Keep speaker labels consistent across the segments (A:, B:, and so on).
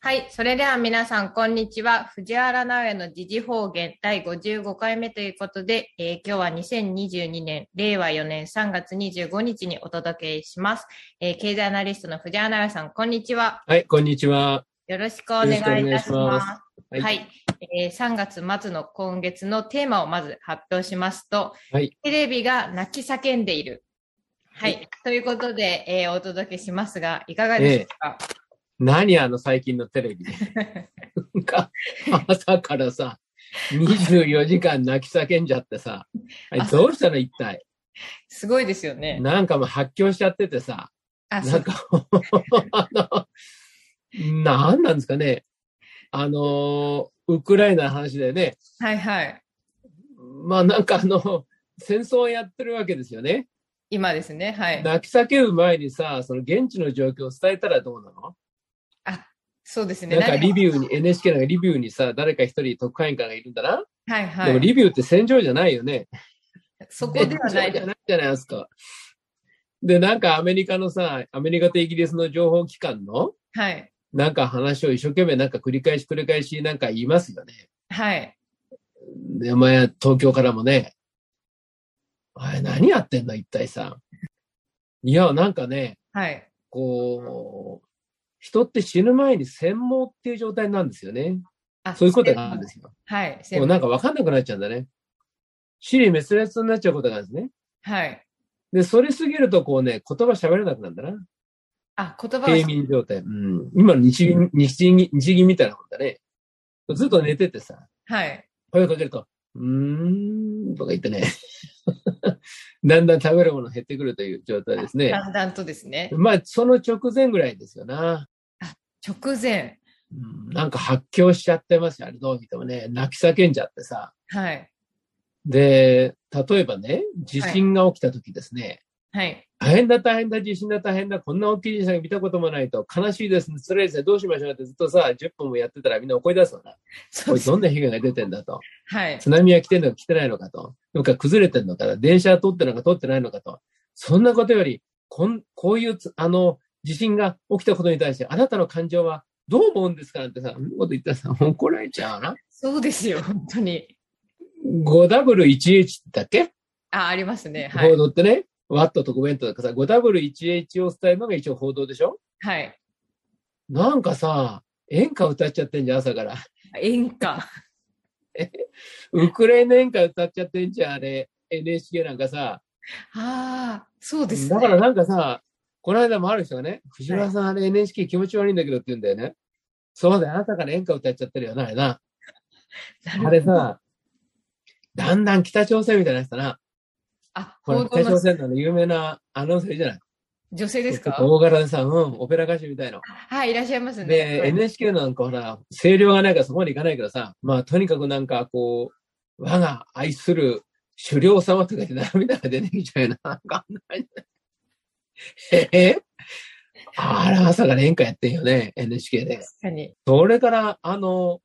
A: はい。それでは皆さん、こんにちは。藤原直哉の時事方言第55回目ということで、えー今日は2022年、令和4年3月25日にお届けします。えー経済アナリストの藤原直哉さん、こんにちは。
B: はい、こんにちは。
A: よろしくお願いいたし
B: よろしくお願
A: ま
B: い
A: す
B: し。
A: はい、えー3月末の今月のテーマをまず発表しますと、
B: はい
A: テレビが泣き叫んでいる。はい、
B: は
A: ということで、えーお届けしますが、いかがでしょうか、
B: 何あの最近のテレビ。なんか朝からさ、24時間泣き叫んじゃってさ、 あれどうしたの一体。
A: すごいですよね。
B: なんかもう発狂しちゃっててさ、
A: あ、そ
B: な
A: うん
B: か、あの、 なんなんですかね。あの、ウクライナの話でね、
A: はいはい。
B: まあなんかあの、戦争をやってるわけですよね。
A: 今ですね。はい。
B: 泣き叫ぶ前にさ、その現地の状況を伝えたらどうなの
A: そうですね。
B: なんかリ
A: ュ
B: ビューに、NHK なんかリビューにさ、誰か一人特派員かがいるんだな。
A: はいは
B: でも
A: い。
B: リビューって戦場じゃないよね。
A: そこではない
B: 戦場じ
A: で
B: ゃ
A: す。
B: ないじゃないですか。で、なんかアメリカのさ、アメリカとイギリスの情報機関の
A: はい。
B: なんか話を一生懸命なんか繰り返し繰り返しなんか言いますよね。
A: はい。
B: で、お前、東京からもね、あれ何やってんの一体さ。いや、なんかね、
A: はい。
B: こう、人って死ぬ前に専門っていう状態なんですよね。
A: あ
B: そういうことがあるんですよ。
A: はい。
B: もうなんかわかんなくなっちゃうんだね。死に滅裂になっちゃうことがあるんですね。
A: はい。
B: で、それ過ぎるとこうね、言葉喋れなくなるんだな。
A: あ、言葉は
B: 平民状態。うん。今の日銀、日銀、日銀みたいなもんだね。ずっと寝ててさ、
A: はい。
B: 声かけると、うーん、とか言ってね。 だんだん食べるもの減ってくるという状態ですね。
A: だんだんとですね。
B: まあ、その直前ぐらいですよな。
A: 直前。
B: うん、なんか発狂しちゃってますよ。あれどう見てもね、泣き叫んじゃってさ。
A: はい。
B: で、例えばね、地震が起きた時ですね。
A: はい。
B: 大変だ、大変だ、地震だ、大変だ、こんな大きい地震見たこともないと、悲しいですね、辛いですね、どうしましょうってずっとさ、10分もやってたらみんな怒り出すわな。
A: そ
B: お
A: う
B: い、
A: です
B: どんな被害が出てんだと。
A: はい。
B: 津波は来てんのか来てないのかと。どっか崩れてんのか、電車は通ってるのか通ってないのかと。そんなことより、こんこういうつあの地震が起きたことに対して、あなたの感情はどう思うんですかなんてさ、そんなこと言ったらさ、怒られちゃうわな。
A: そうですよ、本当に。
B: 5W1H だっけ
A: あ、ありますね。はい
B: 報。道ってね。ワットとコメントとかさ、5W1H を伝えるのが一応報道でしょ
A: はい。
B: なんかさ、演歌歌っちゃってんじゃん、朝から。
A: 演歌。
B: ウクライナ演歌歌っちゃってんじゃん、あれ。NHK なんかさ。
A: ああ、そうですね。
B: だからなんかさ、この間もある人がね、藤原さん、あれ NHK 気持ち悪いんだけどって言うんだよね。そうだよ、あなたから演歌歌っちゃってるよな、あれな。
A: なるほど
B: あれさ、だんだん北朝鮮みたいな人だな。
A: あ、
B: これ
A: 報道
B: 北朝
A: の
B: 鮮の有名なアナウンサーいるじゃない。
A: 女性です
B: ちょっ
A: か
B: と大柄でさ、うん、オペラ歌手みたいの。
A: はい、いらっしゃいますね。
B: で、
A: はい
B: NHK なんかほら、声量がないからそこまでいかないけどさ、まあとにかくなんかこう、我が愛する狩猟様とかで涙が出てきちゃうよな。 なんかあんな感じええあら、朝から演歌やってんよね、NHK で。
A: 確かに。
B: それから、あの、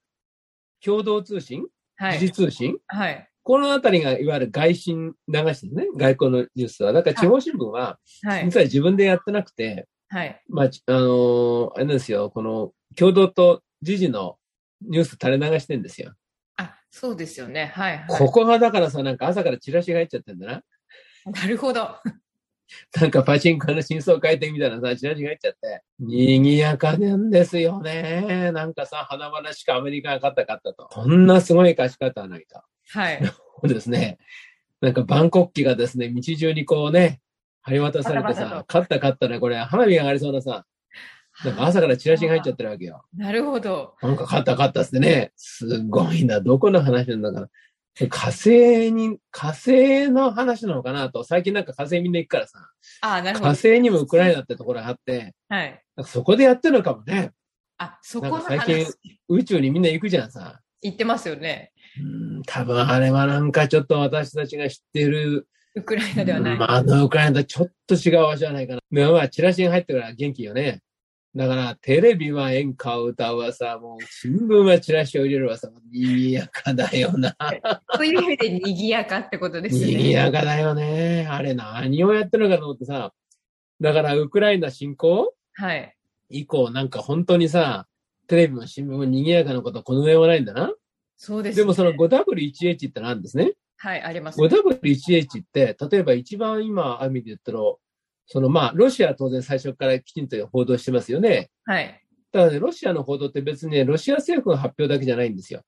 B: 共同通信、
A: は
B: 時
A: い。
B: 事通信、
A: はい。
B: このあたりがいわゆる外信流してるね、外交のニュースは。だから地方新聞は、
A: はい。
B: 実は自分でやってなくて、
A: はい。
B: まあ、ちあのーあれなんですよ、この共同と時事のニュース垂れ流してんですよ。
A: あ、そうですよね。はい。はい
B: ここがだからさ、なんか朝からチラシが入っちゃってんだな。
A: なるほど。
B: なんかパチンコの真相回転みたいなさ、チラシが入っちゃって。賑やかなんですよね。なんかさ、華々しくアメリカが勝った勝ったと。こんなすごい勝ち方はないと。
A: はい。
B: そうですね。なんか万国旗がですね、道中にこうね、張り渡されて
A: バタバタ
B: さ
A: と、
B: 勝った勝ったね、これ花火が上がりそうなさ、なんか朝からチラシが入っちゃってるわけよ。
A: なるほど。
B: なんか勝った勝ったっすね。すごいな。どこの話なんだかな。火星に、火星の話なのかなと。最近なんか火星みんな行くからさ。
A: あ、なるほ
B: 火
A: ど。
B: 星にもウクライナってところがあって、
A: はい。
B: なんかそこでやってるのかもね。
A: あ、そこの
B: なんか最
A: 話
B: 近宇宙にみんな行くじゃんさ。
A: 言ってますよね。
B: うん、多分あれはなんかちょっと私たちが知ってる、
A: ウクライナではない。
B: まああのウクライナとちょっと違う場所じゃないかな。まあまあ、チラシに入ってるから元気よね。だから、テレビは演歌を歌うわさ、もう新聞はチラシを入れるわさ、賑やかだよな。
A: そういう意味で賑やかってことです
B: 賑
A: ね。
B: やかだよね。あれ何をやってるのかと思ってさ。だからウクライナ侵攻
A: はい。
B: 以降なんか本当にさ、テレビも新聞も賑やかなこと、この上はないんだな。
A: そうです、ね。
B: でもその 5W1H って何ですね。
A: はい、あります、ね。
B: 5W1H って、例えば一番今、アミで言ったの、そのまあ、ロシアは当然最初からきちんと報道してますよね。
A: はい。
B: ただね、ロシアの報道って別にね、ロシア政府の発表だけじゃないんですよ。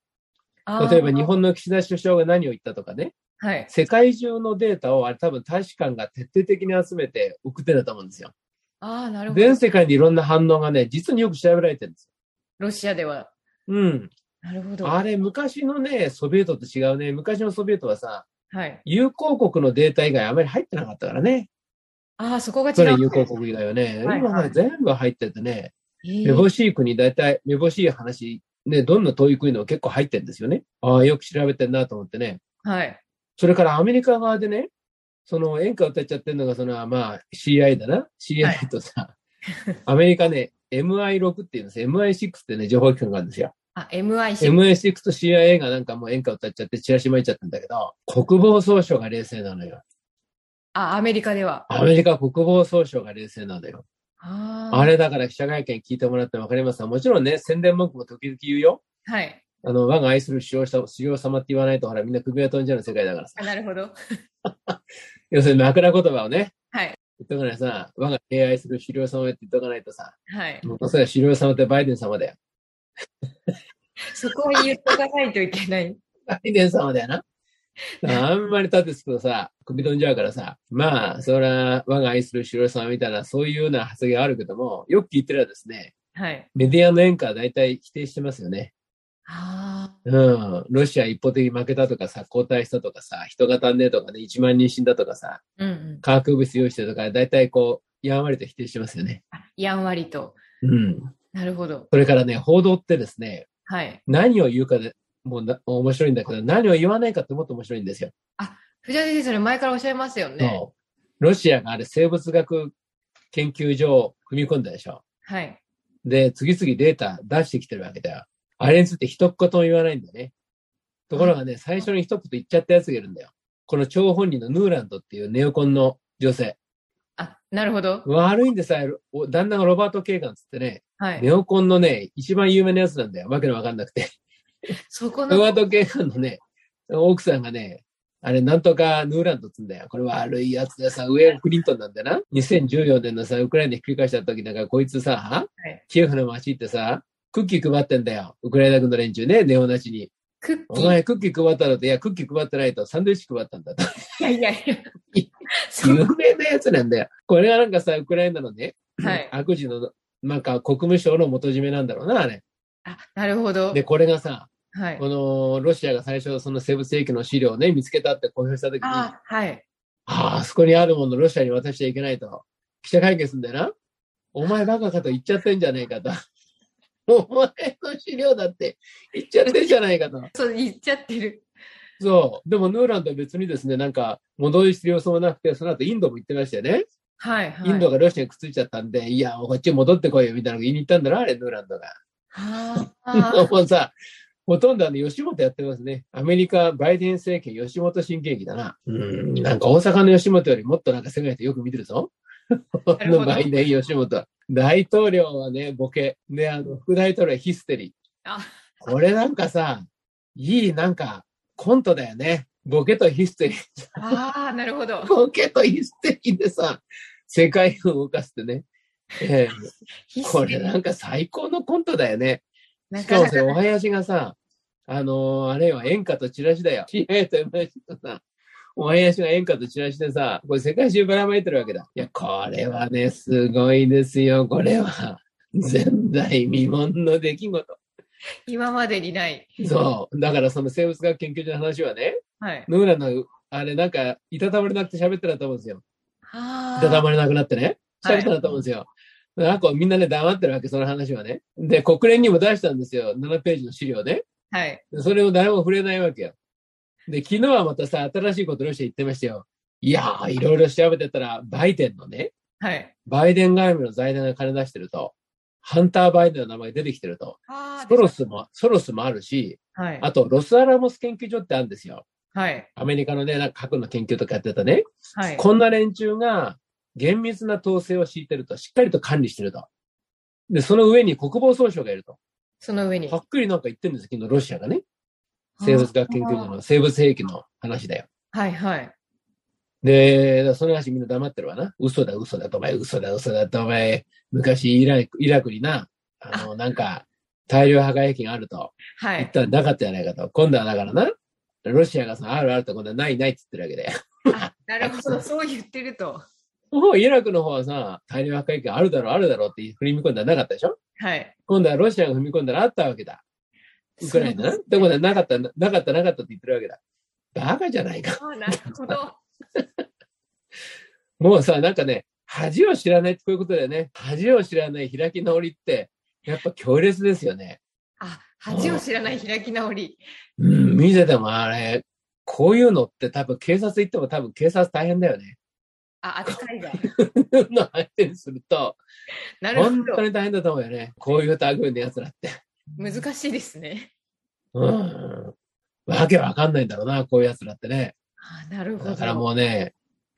A: あー
B: 例えば日。本の岸田首相が何を言ったとかね、
A: はい。
B: 世界中のデータをあれ多分大使館が徹底的に集めて送ってたと思うんですよ。
A: ああ、なるほど
B: 全。世界にいろんな反応がね、実によく調べられてるんです
A: ロシアでは。
B: よ。うん。
A: なるほど。
B: あれ、昔のね、ソビエトと違うね。昔のソビエトはさ、
A: はい。
B: 友好国のデータ以外あまり入ってなかったからね。
A: ああ、そこが違
B: ソ連
A: う。
B: 友好国以外はね。
A: はい
B: 今
A: は
B: ね
A: い
B: 全部入っててね、
A: ええ
B: めぼしい国、大体、めぼしい話、ね、どんな遠い国でも結構入ってるんですよね。ああ、よく調べてんなと思ってね。
A: はい。
B: それからアメリカ側でね、その演歌歌っちゃってるのが、その、まあ、CI だな。CI とさ、アメリカね、MI6 って言うんですよ。MI6 ってね、情報機関があるんですよ。
A: あ、MIC。
B: MI6 と CIA がなんかもう演歌歌っちゃってチラシ巻いちゃったんだけど、国防総省が冷静なのよ。
A: あ、アメリカでは。
B: アメリカ国防総省が冷静なのよ。
A: ああ
B: あれだから記者会見聞いてもらってわかりますが、もちろんね、宣伝文句も時々言うよ。
A: はい。
B: あの、我が愛する首相首相様って言わないと、ほら、みんな首が飛んじゃう世界だからさ。
A: あなるほど。
B: 要するに枕言葉をね、
A: はい。
B: 言っとかないとさ、我が敬愛する首領様へって言っとかないとさ、
A: はい。
B: もうそれは首領様ってバイデン様だよ。
A: そこは言っとかないといけない。
B: バイデン様だよな。あんまり立てつくとさ、首飛んじゃうからさ、まあ、そら、我が愛する首領様みたいな、そういうような発言はあるけども、よく聞いてるらですね、
A: はい。
B: メディアの演歌は大体否定してますよね。
A: あ
B: うん。ロシア一方的に負けたとかさ、交代したとかさ、人が足んねえとかね、1万人死んだとかさ、
A: あ。うんうん。
B: 化学物用意してとか、大体こう、やんわりと否定してますよね。
A: やんわりと。
B: うん。
A: なるほど。
B: それからね、報道ってですね、
A: はい。
B: 何を言うかで、もうな面白いんだけど、何を言わないかってもっと面白いんですよ。
A: 藤原先生、それ前からおっしゃいますよね。
B: そうロシアがあれ生物学研究所を踏み込んだでしょ。
A: はい。
B: で、次々データ出してきてるわけだよ。あれについて一言も言わないんだよね。ところがね、最初に一言言っちゃったやつがいるんだよ。この張本人のヌーランドっていうネオコンの女性。
A: あ、なるほど。
B: 悪いんでさえ、お旦那がロバート・ケーガンつってね、
A: はい。
B: ネオコンのね、一番有名なやつなんだよ。わけのわかんなくて。
A: そこ
B: ロ
A: の、
B: バート・ケーガンのね、奥さんがね、あれ、なんとかヌーランドっつうんだよ。これ悪いやつでさ、ウェア・クリントンなんだよな。2014年のさ、ウクライナひっくり返した時なんか、こいつさ、
A: い
B: キエフの街行ってさ、クッキー配ってんだよ。ウクライナ軍の連中ね、ネオナチに。
A: クッキ
B: お
A: ー。い
B: 前、クッキー配ったのって、いや、クッキー配ってないと、サンドイッチ配った んだと。
A: やいやいや。そ
B: 有
A: う
B: 名なやつなんだよ。これがなんかさ、ウクライナのね、
A: はい
B: 悪事の、なんか国務省の元締めなんだろうな、あれ。
A: あ、なるほど
B: で、。これがさ、
A: はい。
B: このロシアが最初、その生物兵器の資料をね、見つけたって公表したときに、あ
A: ああ、はい。
B: あ、あそこにあるものロシアに渡しちゃいけないと、記者会見すんだよな。お前バカかと言っちゃってんじゃねえかと。お前の資料だって言っちゃってんじゃないかと。
A: そう、言っちゃってる。
B: そう。でもヌーランドは別にですね、なんか戻りする様子もなくて、その後インドも行ってましたよね。
A: はい、はい。
B: インドがロシアにくっついちゃったんで、いや、こっち戻ってこいよみたいなの言いに行ったんだな、あれ、ヌーランドが。
A: ああ。
B: もうさ、ほとんどあの吉本やってますね。アメリカ、バイデン政権、吉本新喜劇だな。うん、なんか大阪の吉本よりもっとなんか世界でよく見てるぞ。こ
A: るほど
B: のバイデン、吉本。大統領はね、ボケ。で、あの、副大統領はヒステリー。
A: あ
B: これなんかさ、いいなんかコントだよね。ボケとヒステリー。
A: ああ、なるほど。
B: ボケとヒステリーでさ、世界を動かすってね。ええこれなんか最高のコントだよね。
A: な
B: しか
A: か
B: も
A: な
B: それ、
A: か。
B: お囃子がさ、あのーあれよ、演歌とチラ シだよ。知り合いとお囃子とさ、お囃子が演歌とチラシでさ、これ世界中ばらまいてるわけだ。いや、これはね、すごいですよ、これは。前代未聞の出来事。
A: 今までにない。
B: そう。だからその生物学研究所の話はね、
A: はい。
B: ヌーラの、あれなんか、いたたまれなくて喋ってたと思うんですよ。
A: あ
B: いたた
A: あ。
B: まれなくなってね。
A: はい
B: 喋ってたと思うんですよ。なんかみんなね、黙ってるわけ、その話はね。で、国連にも出したんですよ。7ページの資料ね。
A: はい。
B: でそれを誰も触れないわけよ。で、昨日はまたさ、新しいことロシア言ってましたよ。いやー、いろいろ調べてたら、バイデンのね、
A: はい。
B: バイデン外務の財団が金出してると、ハンター・バイデンの名前出てきてると、
A: あ
B: ソロスも、ソロスもあるし、
A: はい。
B: あと、ロスアラモス研究所ってあるんですよ。
A: はい。
B: アメリカのね、なんか核の研究とかやってたね。
A: はい。
B: こんな連中が厳密な統制を敷いてると、しっかりと管理してると。で、その上に国防総省がいると。
A: その上に
B: は。っきりなんか言ってるんですけど、ロシアがね。生物学研究所の生物兵器の話だよ。
A: はいはい。
B: で、その話みんな黙ってるわな。嘘だ、嘘だ、お前、嘘だ、嘘だ、お前、昔イラク、イラクにな、あの、なんか、大量破壊兵器があると。
A: は
B: 言っ
A: い。
B: たらなかったじゃないかと。今度はだからな、ロシアがそのあるあると今度はないないって言ってるわけで。
A: あなるほど、そう言ってると。
B: もうイラクの方はさ、大量破壊兵器あるだろう、あるだろうって踏み込んだらなかったでしょ
A: はい。
B: 今度はロシアが踏み込んだらあったわけだ。ウクライナな。で今度はなかった、なかった、なかったって言ってるわけだ。バカじゃないか。
A: そうあなるほど。
B: もうさ、なんかね、恥を知らないってこういうことだよね。恥を知らない開き直りって、やっぱ強烈ですよね。
A: あ、恥を知らない開き直り。
B: うん、見ててもあれ、こういうのって多分警察行っても多分警察大変だよね。
A: あ、扱いが。
B: の相手にすると、
A: なるほ
B: 本当
A: ど。
B: に大変だと思うよね。こういう類の奴らって。
A: 難しいですね。
B: うん。わけわかんないんだろうな、こういう奴らってね。
A: あ、なるほど。
B: だからもうね、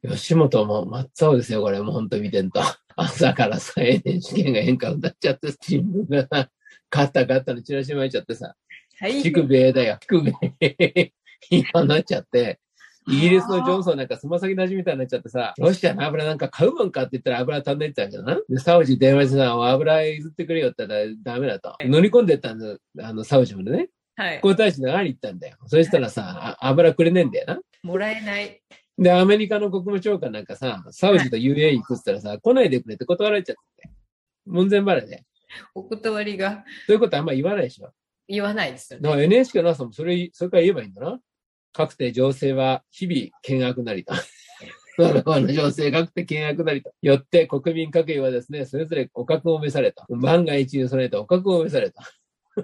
B: 吉本も真っ青ですよ、これ。もう本当見てんと。 朝からさ、NHK が演歌歌っちゃって、新聞がガタガタのチラシ巻いちゃってさ。
A: 大
B: 乳
A: 変
B: 首だよ、乳首。 今なっちゃって。イギリスのジョンソンなんかつま先なじみたいになっちゃってさ、ロシアの油なんか買うもんかって言ったら油足んないって言ったんだけどな。で、サウジ電話してさ、お油譲ってくれよって言ったらダメだと。乗り込んでったんだ、あの、サウジまでね。
A: はい。
B: 皇太子の会いに行ったんだよ。そしたらさ、あ油くれねえんだよな。
A: もらえない。
B: で、アメリカの国務長官なんかさ、サウジと UAE 行くって言ったらさ、来ないでくれって断られちゃって。門前払いで。
A: お断りが
B: そういうことあんま言わないでしょ。
A: 言わないですよね。
B: だから NHK の朝もそれ、それから言えばいいんだな。各定情勢は日々険悪なりと。 なるほど情勢各定険悪なりと。よって国民各位はですね、それぞれお覚悟を召されと。万が一に備えてお覚悟を召されと。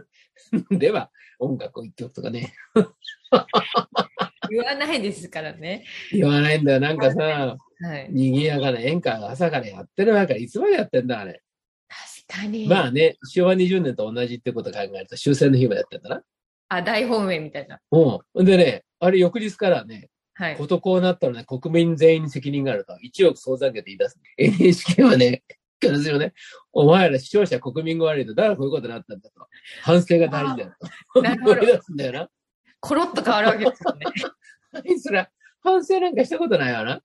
B: では、音楽を一曲とかね。
A: 言わないですからね。
B: 言わないんだよ。なんかさ、
A: はい。
B: 賑やかな演歌が朝からやってるわけいつまでやってんだ、あれ。
A: 確かに。
B: まあね、昭和20年と同じってこと考えると終戦の日までやってんだな。
A: あ、大本命みたいな。
B: うん。でね、あれ翌日からね、
A: はい。
B: ことこうなったらね、国民全員に責任があると、1億総残業で言い出す。NHK はね、必ずよね、お前ら視聴者国民が悪いと、だからこういうことになったんだと。反省が大事だよと。
A: あなるほど
B: 言い出すんだよな。
A: コロッと変わるわけですよね。
B: あいつら、反省なんかしたことないわな。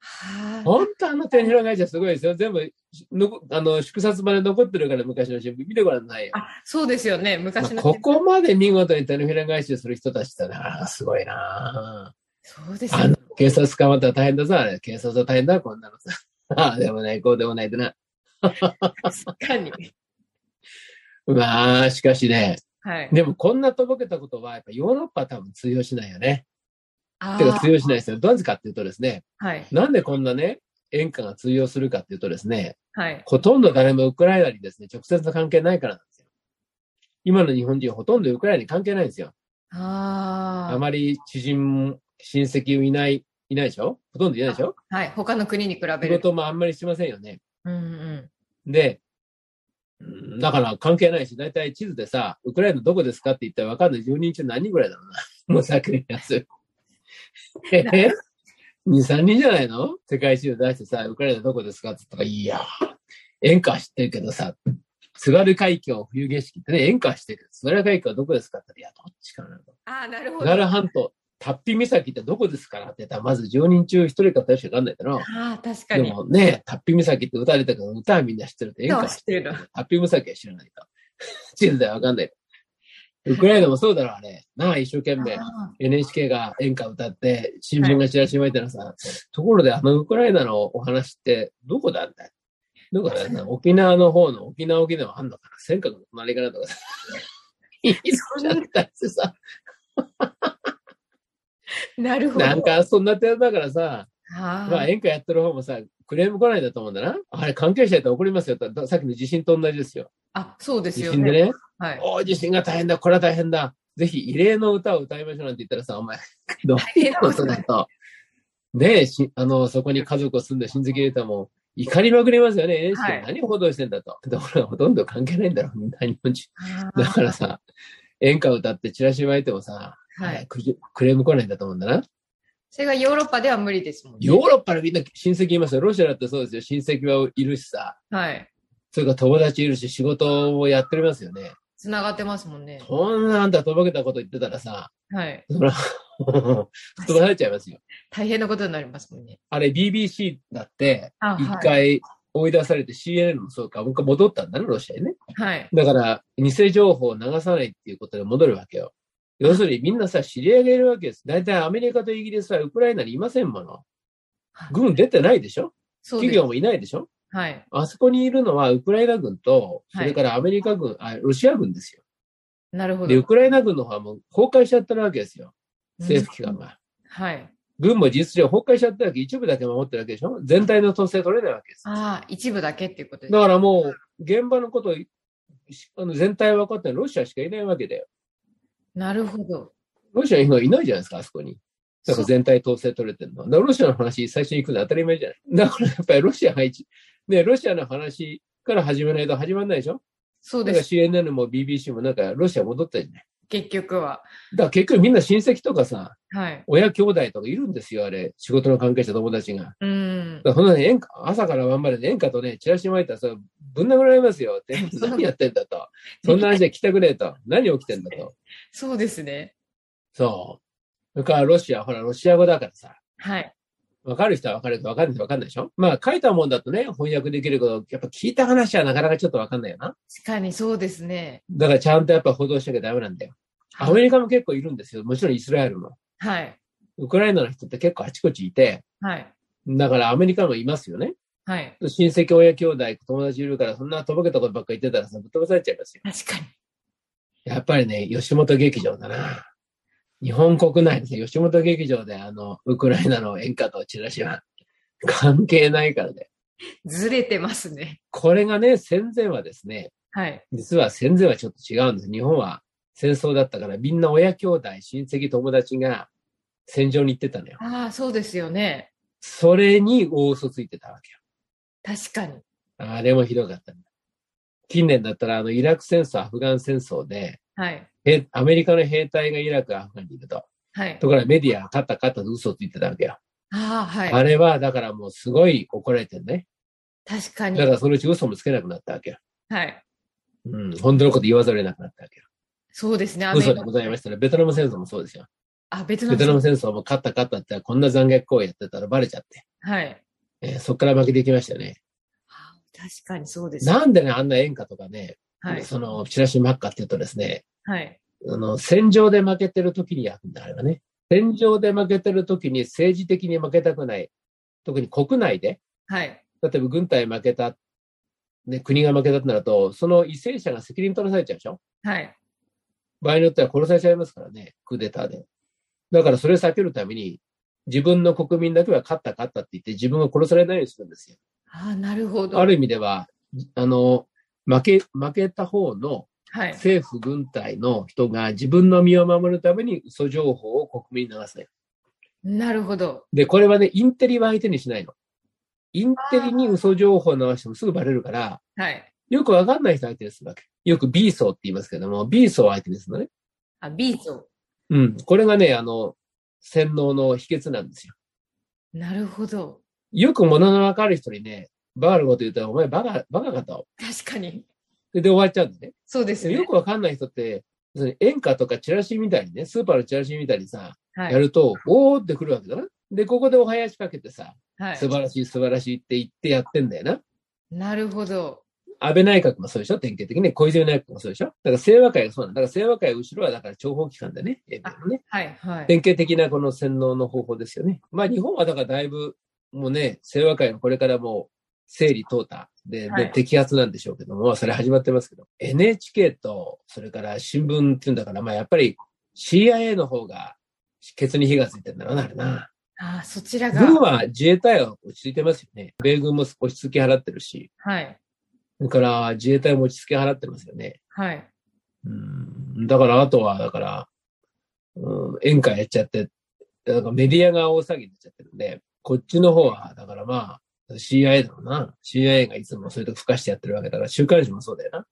A: は
B: 本当あの天広会社すごいですよ。全部、のこあの、縮刷まで残ってるから昔の新聞見てごらんなさいよ
A: あ。。あ、そうですよね。
B: まあ
A: 昔の。
B: ここまで見事に手のひら返しをする人たちってな、すごいな
A: そうです
B: あ
A: よ
B: の
A: ね。
B: 警察捕まったら大変だぞ、あれ。警察は大変だ、こんなのさ。 ああ、でもない、こうでもないでな。
A: 確かに。
B: まあ、しかしね、
A: はい。
B: でもこんなとぼけたことは、やっぱヨーロッパは多分通用しないよね。
A: あ
B: てか
A: ー
B: 通用しないですよ。どうですかっていうとですね、
A: はい。
B: なんでこんなね、演歌が通用するかっていうとですね、
A: はい。
B: ほとんど誰もウクライナにですね、直接の関係ないからなんですよ。今の日本人はほとんどウクライナに関係ないんですよ。あ
A: あ
B: まり知人、親戚もいない、いないでしょほとんどいないでしょ
A: あ。はい。他の国に比べ
B: 仕
A: ると。
B: 事もあんまりしませんよね。
A: うんうん。
B: で、うんだから関係ないし、大体地図でさ、ウクライナどこですかって言ったら分かんない。10人中何人ぐらいだろうな。も うさっきのやつ。え へ ?2、3人じゃないの世界地図出してさ、ウクライナどこですかって言ったら、いや、演歌は知ってるけどさ、津軽海峡冬景色ってね、演歌は知ってるけど、津軽海峡はどこですかって言ったら、いや、どっちかな。
A: ああ、なるほ
B: 津
A: ど。
B: 軽
A: あ
B: 半島、タッピ岬ってどこですからって言ったら、まず10人中1人か2人しか分かんないだろ。
A: あー、確か
B: で
A: に。
B: もね、タッピ岬って歌われたけど、歌はみんな知ってるって演歌は知ってるけど
A: 知っ。
B: タッピ岬は知らないと。 地図ではわかんない。ウクライナもそうだろう、あれ。なあ、一生懸命
A: あ。あ
B: NHK が演歌歌って、新聞がチラシ巻いてるのさ、ところであのウクライナのお話ってどこなんだどこだな沖縄の方の沖縄沖縄あんのかな尖閣の隣から とかさ。いそうだったりしてさ。
A: な るほど。
B: なんか遊んなってるだからさ。
A: あ
B: まあ、
A: ー
B: 演歌やってる方もさ、クレーム来ないんだと思うんだな。あれ、関係者やったら怒りますよ。ださっきの地震と同じですよ。
A: あ、そうです
B: 地
A: よ
B: 震で
A: ね。
B: ね、
A: はい。
B: おお、地震が大変だ、これは大変だ。ぜひ、慰霊の歌を歌いましょうなんて言ったらさ、お 前、どういうことだと。ねえ、しあの、そこに家族を住んで親戚入れたも、怒りまくりますよね。NHK、
A: はい
B: 何を報道してんだと。だからほとんど関係ないんだろう、みんな日本人。
A: あ
B: だ
A: ー
B: か らさ、演歌歌ってチラシ巻いてもさ、
A: は
B: あれ
A: い。
B: クジクレーム来ないんだと思うんだな。
A: それがヨーロッパでは無理ですもんね
B: ヨー。ロッパのみんな親戚いますよ。ロシアだってそうですよ。親戚はいるしさ。
A: はい。
B: それから友達いるし、仕事をやっておりますよね。
A: つながってますもんね。
B: そんなんだとぼけたこと言ってたら さ、
A: はい。
B: そら、飛ばされちゃいますよ。
A: 大変なことになりますもんね。
B: あれ BBC だって、
A: あ、
B: 一
A: はい。
B: 回追い出されて CNN もそうか、僕が戻ったんだね、ロシアにね。
A: はい。
B: だから、偽情報を流さないっていうことで戻るわけよ。要するにみんなさ、知り合いがいるわけです。大体アメリカとイギリスはウクライナにいませんもの。軍出てないでしょ
A: そうです
B: 企業もいないでしょ
A: はい。
B: あそこにいるのはウクライナ軍と、そ
A: はい
B: れからアメリカ軍、あロシア軍ですよ。
A: なるほ
B: で、ウ
A: ど。
B: クライナ軍の方はもう崩壊しちゃってるわけですよ。政府機関が。
A: はい。
B: 軍も事実上崩壊しちゃったわけ、一部だけ守ってるわけでしょ全体の統制取れないわけです。
A: ああ、一部だけっていうことです
B: だ。からもう、現場のことをしあの全体分かってるのはロシアしかいないわけだよ。
A: なるほど。
B: ロシア以外いないじゃないですか、あそこに。だから
A: そう
B: 全体統制取れてるの。だからロシアの話、最初に行くのは当たり前じゃない。だからやっぱりロシアが一、ね、ロシアの話から始めないと始まらないでしょ
A: そうで
B: だから
A: す。
B: CNN も BBC もなんかロシア戻ったじゃない。
A: 結局は。
B: だから結局みんな親戚とかさ、
A: はい。
B: 親兄弟とかいるんですよ、あれ。仕事の関係者、友達が。
A: うーん
B: だ。からそんなに演歌、朝から晩までね演歌とね、チラシ巻いたらさ、ぶん殴られますよって。
A: そう
B: 何やってんだと。そんな話で来てくれと。何起きてんだと。
A: そうですね。
B: そう。それからロシア、ほら、ロシア語だからさ。
A: はい。
B: わかる人はわかるけど、わかんない人はわかんないでしょまあ、書いたもんだとね、翻訳できるけど、やっぱ聞いた話はなかなかちょっとわかんないよな。
A: 確かにそうですね。
B: だからちゃんとやっぱ報道しなきゃダメなんだよ。
A: は
B: ア
A: い
B: メリカも結構いるんですよ。もちろんイスラエルも。
A: はい。
B: ウクライナの人って結構あちこちいて、
A: はい。
B: だからアメリカもいますよね。
A: はい。
B: 親戚、親兄弟、友達いるから、そんなとぼけたことばっかり言ってたらさ、ぶっ飛ばされちゃいますよ。
A: 確かに。
B: やっぱりね、吉本劇場だな。日本国内ですね、吉本劇場であの、ウクライナの演歌とチラシは関係ないからね。
A: ずれてますね。
B: これがね、戦前はですね、
A: はい。
B: 実は戦前はちょっと違うんです。日本は戦争だったから、みんな親兄弟、親戚、友達が戦場に行ってたのよ。
A: ああ、そうですよね。
B: それに大嘘ついてたわけよ。
A: 確かに。
B: あれもひどかったんだ。近年だったら、あの、イラク戦争、アフガン戦争で、
A: はい。
B: へアメリカの兵隊がイラク、アフガンにいると。
A: はい。
B: ところがメディアが勝った勝ったと嘘をついてたわけよ。
A: ああ、はい。
B: あれは、だからもうすごい怒られてるね。
A: 確かに。
B: だからそのうち嘘もつけなくなったわけよ。
A: はい。
B: うん。本当のこと言わざるを得なくなったわけよ。
A: そうですね。アメリカ
B: 嘘でございましたら、ベトナム戦争もそうですよ。
A: あ、別の。
B: ベトナム戦争も勝った勝ったって、こんな残虐行為やってたらバレちゃって。
A: はい。
B: えーそっから負けていきましたよね。
A: あー確かにそうです。
B: なんでね、あんな演歌とかね、
A: はい。
B: その、チラシ真っ赤っていうとですね、
A: はい。
B: あの、戦場で負けてる時にやるんだ、あれはね。戦場で負けてる時に政治的に負けたくない。特に国内で、
A: はい。
B: 例えば軍隊負けた、ね、国が負けたとなると、その為政者が責任取らされちゃうでしょ
A: はい。
B: 場合によっては殺されちゃいますからね、クーデターで。だからそれを避けるために、自分の国民だけは勝った勝ったって言って、自分が殺されないようにするんですよ。
A: ああ、なるほど。
B: ある意味では、あの、負け、負けた方の
A: はい。
B: 政府軍隊の人が自分の身を守るために嘘情報を国民に流すね。
A: なるほど。
B: で、これはね、インテリは相手にしないの。インテリに嘘情報を流してもすぐバレるから、
A: はい。
B: よくわかんない人相手にするわけ。よく B 層って言いますけども、B 層を相手にするのね。
A: あ、ビート。
B: うん。これがね、あの、洗脳の秘訣なんですよ。
A: なるほど。
B: よく物のわかる人にね、バカなこと言うと、お前バカ、バカかと。
A: 確かに。
B: で、で終わっちゃうんだね。
A: そうです
B: よ
A: ね。
B: くわかんない人って、要するに演歌とかチラシみたいにね、スーパーのチラシみたいにさ、
A: は
B: や
A: い。
B: ると、おーってくるわけだな。で、ここでお囃子かけてさ、
A: はい
B: 素。晴らしい素晴らしいって言ってやってんだよな。
A: なるほど。
B: 安倍内閣もそうでしょ典型的に。小泉内閣もそうでしょだから清和会がそうなんだ。だから清和会後ろはだから諜報機関だね。英米のね。
A: はい。はい。
B: 典型的なこの洗脳の方法ですよね。まあ日本はだからだいぶもうね、清和会のこれからもう整理淘汰で、
A: はい
B: で摘発なんでしょうけども、まあそれ始まってますけど、NHK とそれから新聞っていうんだから、まあやっぱり CIA の方がケツに火がついてんだろうな、あれな。
A: ああ、そちら
B: 軍
A: が。
B: は自衛隊は落ち着いてますよね。米軍も落ち着き払ってるし、
A: はい。
B: それから自衛隊も落ち着き払ってますよね。
A: はい。
B: うんだから、あとは、だから、うん、演歌やっちゃって、なんかメディアが大騒ぎになっちゃってるんで、こっちの方は、だからまあ、CIA だろうな。CIA がいつもそういうとこ吹かしてやってるわけだから、週刊誌もそうだよな。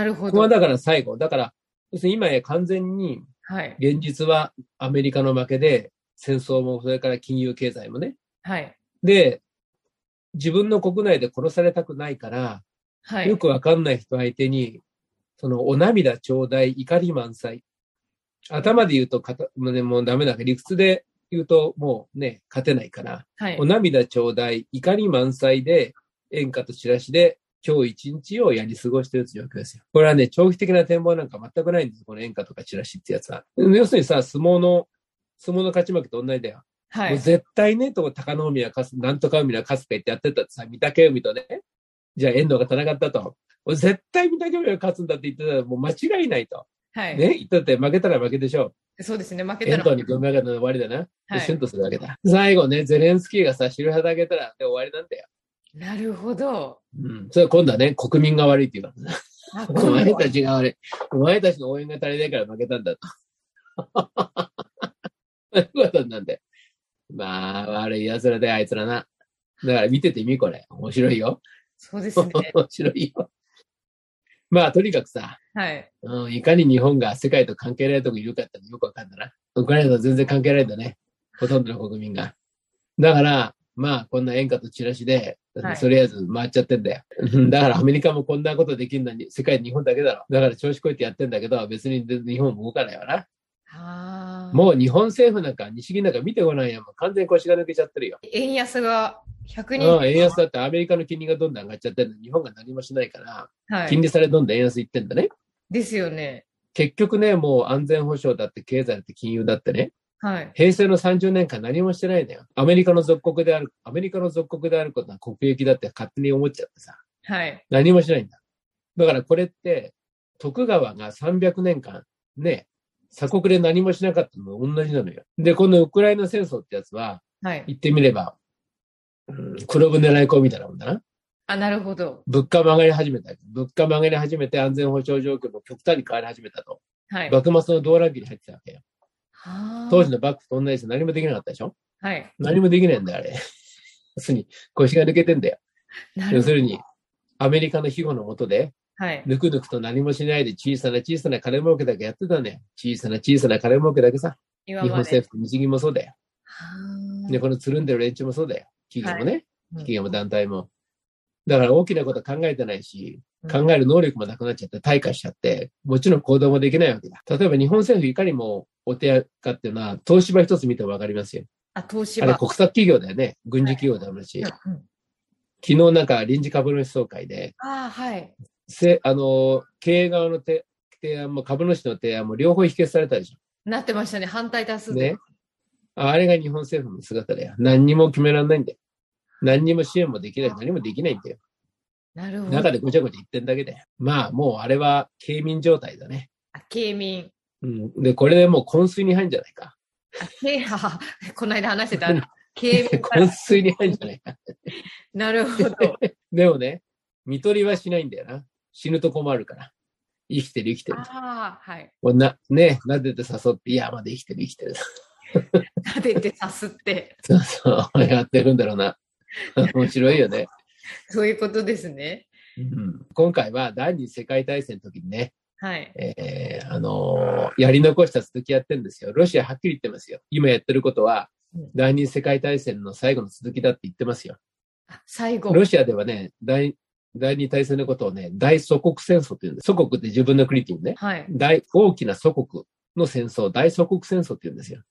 A: なるほ
B: ここは
A: ど。
B: だから最後、だから、要するに今や完全に
A: はい。
B: 現実はアメリカの負けで、戦争もそれから金融経済もね。
A: はい。
B: で、自分の国内で殺されたくないから、
A: は
B: よ
A: い。
B: くわかんない人相手に、その、お涙ちょうだい、怒り満載。頭で言うとかた、もうねもうダメだから、理屈で言うと、もうね、勝てないから、
A: はい
B: お。涙ちょうだい、怒り満載で、演歌とチラシで、今日一日をやり過ごしてるっていう状況ですよ。これはね、長期的な展望なんか全くないんですこの演歌とかチラシってやつは。要するにさ、相撲の、相撲の勝ち負けと同じだよ。
A: は
B: もう
A: い。
B: 絶対ね、と高野海は勝つ、なんとか海は勝つって言ってやってたってさ、御嶽海とね、じゃあ遠藤が戦ったと。俺絶対御嶽海が勝つんだって言ってたら、もう間違いないと。
A: はい。
B: ね、言ったって負けたら負けでしょ
A: そうですね。負
B: う。
A: けた
B: 遠
A: ら。
B: 藤に軍配が上がったら終わりだな。
A: は
B: でシュン
A: い。
B: とするわけだ。最後ね、ゼレンスキーがさ、白旗あげたら、で終わりなんだよ。
A: なるほど。
B: うん。それ今度はね、国民が悪いっていうか、
A: あ、
B: お
A: 今
B: 前
A: 度は
B: たちが悪 い。お前たちの応援が足りないから負けたんだと。そういうことになんで。まあ、悪い奴らだよ、あいつらな。だから見ててみ、これ。面白いよ。
A: そうです ね。
B: 面白いよ。まあ、とにかくさ、
A: はい。
B: うん、いかに日本が世界と関係ないとこいるかってのよくわかんだな。ウクライナと全然関係ないんだね。ほとんどの国民が。だから、まあ、こんな演歌とチラシで、
A: はい
B: とりあえず回っちゃってんだよ。うんだからアメリカもこんなことできるのに、世界日本だけだろ。だから調子こいてやってんだけど、別に全然日本も動かないわな。
A: ああ。
B: もう日本政府なんか、日銀なんか見てこないやん。もう完全に腰が抜けちゃってるよ。
A: 円安が100人。
B: うん、円安だってアメリカの金利がどんどん上がっちゃってるのに、日本が何もしないから、
A: は
B: 金
A: い。
B: 利差でどんどん円安いってんだね。
A: ですよね。
B: 結局ね、もう安全保障だって経済だって金融だってね、
A: はい。
B: 平成の30年間何もしてないのよ。アメリカの属国である、アメリカの属国であることは国益だって勝手に思っちゃってさ、
A: はい。
B: 何もしないんだ。だからこれって、徳川が300年間、ね、鎖国で何もしなかったのも同じなのよ。で、このウクライナ戦争ってやつは、
A: はい。
B: 言ってみれば、うん黒船来航みたいなもんだな。
A: あ、なるほど。
B: 物価も上がり始めた。物価も上がり始めて安全保障状況も極端に変わり始めたと。
A: はい。
B: 幕末の動乱期に入ってたわけよ。
A: はー
B: 当時のバックと同じです何もできなかったでしょ
A: はい。
B: 何もできないんだよ、あれ。要するに、腰が抜けてんだよ。
A: な
B: 要
A: る
B: す
A: ほど。
B: るに、アメリカの庇護の下で、
A: はい。
B: ぬくぬくと何もしないで小さな小さな金儲けだけやってたね。小さな小さな金儲けだけさ。
A: 今
B: 日本
A: まで。
B: 政府、日銀もそうだよ。
A: は
B: で、
A: ー
B: このつるんでる連中もそうだよ。企業もね、
A: うん
B: 企業も団体も。だから大きなこと考えてない
A: う
B: し、
A: ん
B: 考える能力もなくなっちゃって、退化しちゃって、もちろん行動もできないわけだ。例えば日本政府いかにもお手上かっていうのは、東芝一つ見てもわかりますよ。
A: あ、東
B: あれ
A: 芝。
B: 国策企業だよね。軍事企業だもんし。
A: うんうん
B: 昨日なんか臨時株主総会で、
A: ああ、はい。
B: せあの、経営側のて提案も株主の提案も両方否決されたでし
A: なってましたね。反対多
B: ょ。
A: 数で。
B: ね。ああれが日本政府の姿だよ。何にも決められないんだよ。何にも支援もできない。何もできないんだよ。
A: なるほど。
B: 中でごちゃごちゃ言ってんだけだよ。まあ、もうあれは軽民状態だね。
A: あ、警民。
B: うん。で、これでもう昏睡に入るんじゃないか。
A: あ、 け この間話してた。あの警民から
B: 昏睡に入るんじゃないか。
A: なるほ ど。
B: でもね、見取りはしないんだよな。死ぬと困るから。生きてる生きてる。
A: ああ、はい。
B: もうな、ね、撫でて誘って、いや、まだ生きてる生きてる。
A: 立ててさすって。
B: そうそう、やってるんだろうな。 面白いよね。
A: そういうことですね。
B: うん、今回は第二次世界大戦の時にね、
A: はい。
B: えーあのーやり残した続きやってるんですよ。ロシアはっきり言ってますよ。今やってることは
A: うん、
B: 第二次世界大戦の最後の続きだって言ってますよ。
A: あ最後。
B: ロシアではね、第第二次大戦のことをね、大祖国戦争って言うんです。祖国って自分の国って言うんね。
A: はい。
B: 大、大きな祖国の戦争、大祖国戦争って言うんですよ。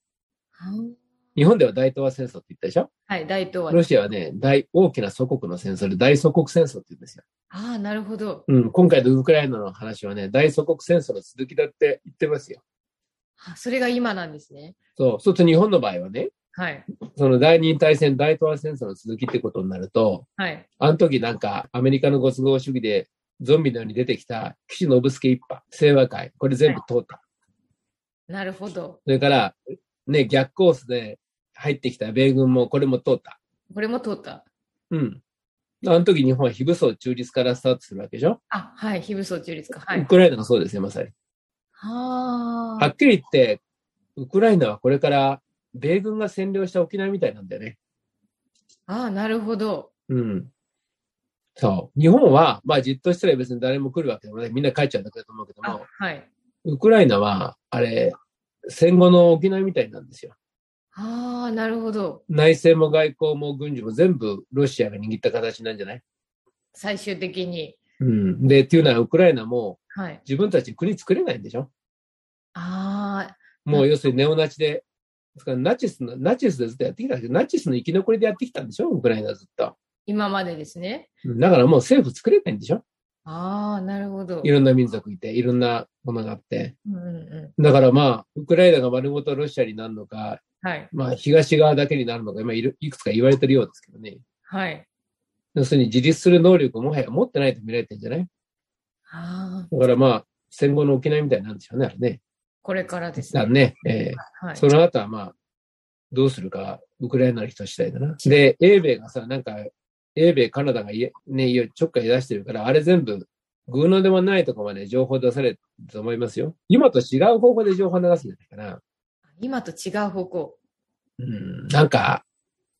A: うん
B: 日本では大東亜戦争って言ったでしょ
A: はい、大東亜。
B: ロシアはね、大、大きな祖国の戦争で大祖国戦争って言うんですよ。
A: ああ、なるほど。
B: うん、今回のウクライナの話はね、大祖国戦争の続きだって言ってますよ。
A: あそれが今なんですね。
B: そう、そうすると日本の場合はね、
A: はい。
B: その第二次大戦、大東亜戦争の続きってことになると、
A: はい。
B: あの時なんかアメリカのご都合主義でゾンビのように出てきた岸信介一派、清和会、これ全部通った。
A: なるほど。
B: それから、ね、逆コースで入ってきた米軍もこれも通った。
A: これも通った。
B: うん。あの時日本は非武装中立からスタートするわけでしょ、
A: あ、はい。非武装中立か。はい
B: ウ。クライナがそうですよ、まさに。
A: は
B: は
A: あ。
B: っきり言って、ウクライナはこれから米軍が占領した沖縄みたいなんだよね。
A: ああ、なるほど。
B: うん。そう。日本は、まあじっとしてれば別に誰も来るわけでもない。みんな帰っちゃうんだけだと思うけど
A: あ
B: も、
A: はい。
B: ウクライナは、あれ、戦後の沖縄みたいなんですよ。
A: ああ、なるほど。
B: 内政も外交も軍事も全部ロシアが握った形なんじゃない
A: 最終的に。
B: うん。で、っていうのは、ウクライナも
A: はい。
B: 自分たち国作れないんでしょ
A: ああ、
B: も
A: う
B: うん要するにネオナチで、ですからナチスの、ナチスでずっとやってきたわけど、ナチスの生き残りでやってきたんでしょウクライナはずっと。
A: 今までですね。
B: うんだからもう政府作れないんでしょ
A: ああ、なるほど。
B: いろんな民族いて、いろんなものがあって。
A: うんう
B: だからまあ、ウクライナが丸ごとロシアになるのか、
A: ん。はい。
B: まあ、東側だけになるのか、今いるいくつか言われてるようですけどね。
A: はい。
B: 要するに自立する能力をもはや持ってないと見られてるんじゃない
A: ああ、
B: だからまあ、戦後の沖縄みたいになるんでしょうね、あれね。
A: これからです
B: だ
A: ね。
B: ね。え
A: は
B: ー
A: い。
B: その後はまあ、どうするか、ウクライナの人次第だな。で、英米がさ、なんか、英米、カナダがいえね、いよいよちょっかい出してるから、あれ全部、偶のでもないとこまで情報出されると思いますよ。今と違う方法で情報流すんじゃないかな。
A: 今と違う方向。
B: うん、なんか、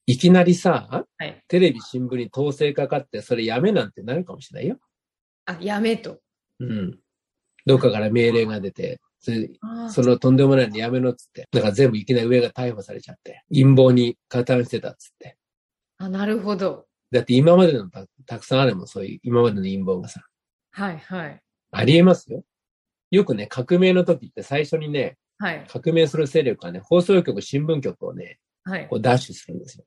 B: いきなりさ、
A: はい
B: テレビ、新聞に統制かかって、それやめなんてなるかもしれないよ。
A: あ、やめと。
B: うん。どっかから命令が出て、それ
A: あ
B: そのとんでもないのやめろっつって。だから全部いきなり上が逮捕されちゃって。陰謀に加担してたっつって。
A: あ、なるほど。
B: だって今までのたたくさんあるもん、そういう今までの陰謀がさ。
A: はいはい。
B: ありえますよ。よくね、革命の時って最初にね、
A: はい
B: 革命する勢力はね、放送局、新聞局をね、
A: はい。
B: こうダッシュするんですよ。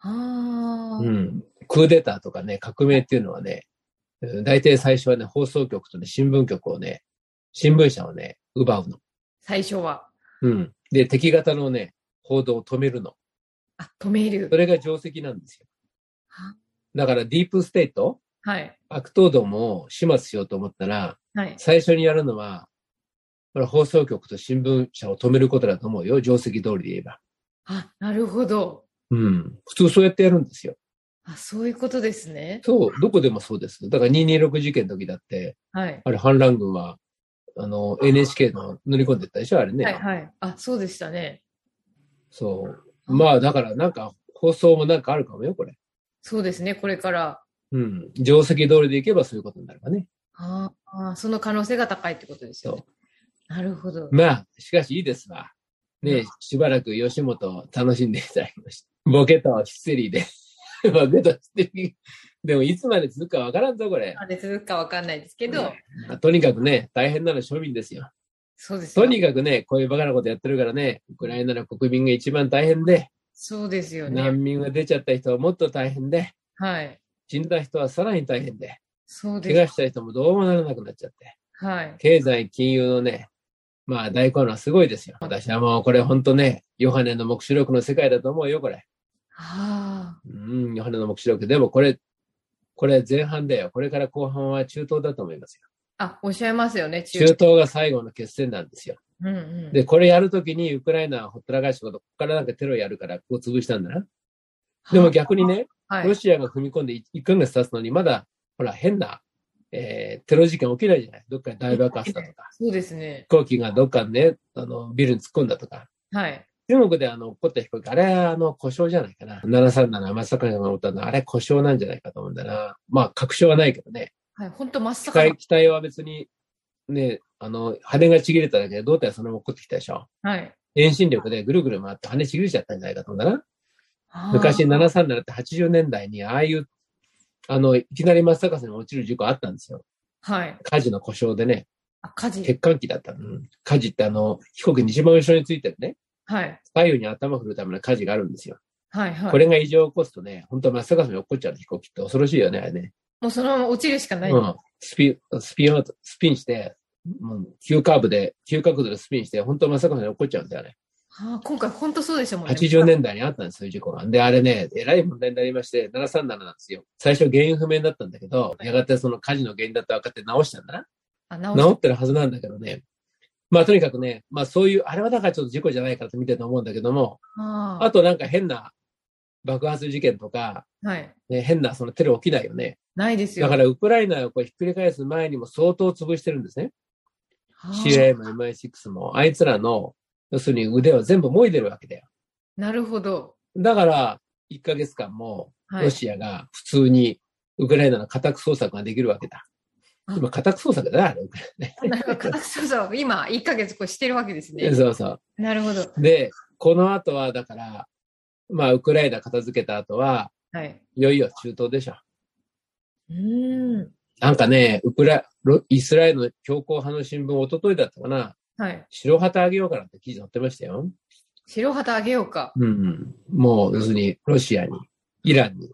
A: ああ、
B: うん。クーデターとかね、革命っていうのはね、うん大体最初はね、放送局とね、新聞局をね、新聞社をね、奪うの。
A: 最初は。
B: うん。で、敵方のね、報道を止めるの。
A: あ、止める
B: そ。れが定石なんですよ。
A: は
B: だからディープステート、
A: はい。
B: 悪党どもを始末しようと思ったら、
A: はい。
B: 最初にやるのは、これ放送局と新聞社を止めることだと思うよ。定石通りで言えば。
A: あ、なるほど。
B: うん。普通そうやってやるんですよ。
A: あ、そういうことですね。
B: そう、どこでもそうです。だから226事件の時だって、
A: はい。
B: あれ反乱軍は、あの、NHK の乗り込んでったでしょあれね。
A: はいはい。あ、そうでしたね。
B: そう。まあ、だからなんか、放送もなんかあるかもよ、これ。
A: そうですね、これから。
B: うん。定石通りでいけばそういうことになるわね。
A: ああ、その可能性が高いってことですよ、ね。なるほど。
B: まあ、しかしいいですわ。ねえしばらく吉本を楽しんでいただきました。ボケとヒステリーで。 ボケとヒステリー。でも、いつまで続くかわからんぞ、これ。
A: あれ続くかわかんないですけど、
B: まあとにかくね、大変なの庶民ですよ。
A: そうです
B: と
A: よ。
B: にかくね、こういうバカなことやってるからね、ウクライナの国民が一番大変で、
A: そうですよね。
B: 難民が出ちゃった人はもっと大変で、
A: はい。
B: 死んだ人はさらに大変で、
A: そう
B: 怪
A: で
B: 我した人もどうもならなくなっちゃって、
A: す。はい。
B: 経済、金融のね、まあ大混乱すごいですよ。私はもうこれ本当ね、ヨハネの目視録の世界だと思うよ、これ。
A: ああ、
B: うん、ヨハネの目視録。でもこれ、これ前半だよ。これから後半は中東だと思いますよ。
A: あ、おっしゃいますよね、
B: 中東が最後の決戦なんですよ。
A: うんうん。
B: で、これやるときにウクライナはほったらかしたこと、ここからなんかテロやるから、ここ潰したんだな。でも逆にね、
A: はい、
B: ロシアが踏み込んで1ヶ月経つのに、まだ、ほら、変な、えーテロ事件起きないじゃない。どっかに大爆発だとか、
A: そうですね。
B: 飛行機がどっかにね、あの、ビルに突っ込んだとか。
A: はい。
B: 中国であの、起こった飛行機、あれ、あの、故障じゃないかな。737、松坂が乗ったの、あれ、故障なんじゃないかと思うんだな。まあ、確証はないけどね。
A: はい。本当真っ
B: 機
A: 逆
B: 体、
A: な。
B: 機体は別に、ね、あの、羽がちぎれただけで、胴体はそのまま落っこってきたでしょ。
A: はい。
B: 遠心力でぐるぐる回って羽ちぎれちゃったんじゃないかと思うんだな。
A: あー
B: 昔、737って80年代に、ああいう、あの、いきなり真っ逆さに落ちる事故あったんですよ。
A: はい。
B: 火事の故障でね、
A: あ、火事。
B: 欠陥機だったの。うん火事ってあの、飛行機に一番後ろについてるね、
A: はい。
B: 左右に頭振るための火事があるんですよ。
A: はい。はい。
B: これが異常を起こすとね、本当は真っ逆さに落っこっちゃう飛行機って恐ろしいよね、あれね。
A: もうそのまま落ちるしかない。
B: うん。スピン、スピンアウト、スピンして、もう急カーブで、急角度でスピンして、本当は真っ逆さに落っこっちゃうんだよね。
A: あー今回本当そうでしたもんね。
B: 80年代にあったんです、そういう事故が。で、あれね、えらい問題になりまして、737なんですよ。最初原因不明だったんだけど、やがてその火事の原因だって分かって直したんだ
A: あ、直
B: な。
A: し
B: 直ってるはずなんだけどね。まあ、とにかくね、まあそういう、あれはだからちょっと事故じゃないからと見てると思うんだけども、
A: あー
B: あとなんか変な爆発事件とか、
A: はい。
B: ね、変なそのテロ起きないよね。
A: ないですよ。
B: だからウクライナをこうひっくり返す前にも相当潰してるんですね。
A: あー
B: CIA も MI6 も、あいつらの、要するに腕を全部もいでるわけだよ。
A: なるほど。
B: だから、1ヶ月間も、
A: はい。
B: ロシアが普通にウクライナの家宅捜索ができるわけだ。
A: あ
B: 今、家宅捜索だな、あれ。。
A: なんか家宅捜査を今、1ヶ月こうしてるわけです ね
B: そうそ
A: なるほど。
B: う。で、この後は、だから、まあ、ウクライナ片付けた後は、
A: はい。
B: いよいよ中東でしょ。
A: うーん。
B: なんかね、ウクラ、ロイスラエルの強硬派の新聞、一昨日だったかな、
A: はい。
B: 白旗あげようかなって記事載ってましたよ。
A: 白旗あげようか。
B: うん。もう、要するに、ロシアに、イランに、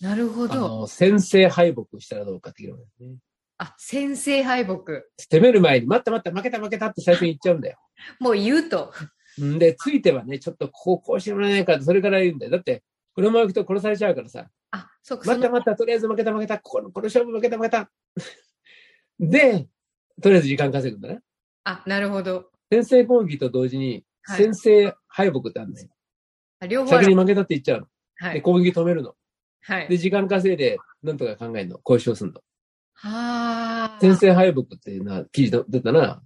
A: なるほ
B: あ
A: ど。
B: の、先制敗北したらどうかって議論ですね。
A: あ、先制敗北。
B: 攻める前に、待った待った、負けた負けたって最初に言っちゃうんだよ。
A: もう言うと。
B: うんで、ついてはね、ちょっとこここうしてもらえないかって、それから言うんだよ。だって、このまま行くと殺されちゃうからさ。
A: あ、そっか、
B: 待った
A: その
B: 待った、とりあえず負けた負けた、ここの、この勝負負けた負けた。 で、とりあえず時間稼ぐんだな。
A: あ、なるほど。
B: 先制攻撃と同時に、
A: はい
B: 先制敗北ってあるんですよ。
A: あ両方あ
B: 先に
A: る。
B: 負けたって言っちゃうの。
A: は
B: で、
A: い。
B: 攻撃止めるの。
A: は
B: で、
A: い。
B: 時間稼いで、なんとか考えるの。交渉するの。
A: はあ。
B: 先制敗北っていうのは記事出たな。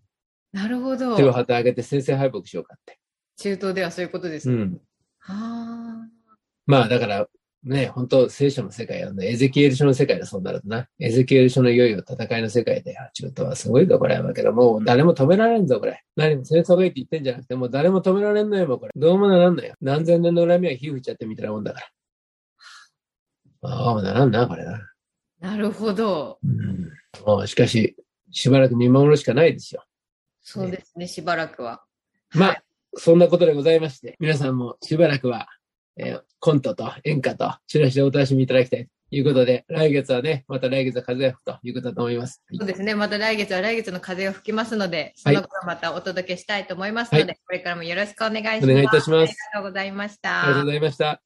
A: なるほど。
B: 手を
A: 中
B: 旗上げて先制敗北しようかって。
A: 東ではそういうことです
B: う
A: ね。
B: ん。
A: はあ。
B: まあ、だから、ね、本当聖書の世界やね、エゼキエル書の世界でそうなるとな。エゼキエル書のいよいよ戦いの世界で、あ中東はすごいぞ、これ。だけど、もう誰も止められんぞ、これ。何も戦争がいいって言ってんじゃなくて、もう誰も止められんのよ、もうこれ。どうもならんのよ。何千年の恨みは火吹いちゃってみたいなもんだから。ああ、ならんな、これな。
A: なるほど。
B: うん。もう、しかし、しばらく見守るしかないですよ。
A: そうですね、しばらくは。
B: ま
A: は
B: あ、そんなことでございまして、皆さんもしばらくは、えーコントと演歌とチラシでお楽しみいただきたいということで、来月はね、また来月は風が吹くということだと思います。
A: そうですね、また来月は来月の風が吹きますので、そ
B: はい
A: の頃またお届けしたいと思いますので、
B: は
A: これからもよろしくお願いします。
B: お願いいたします
A: ありがとうございました。
B: ありがとうございました。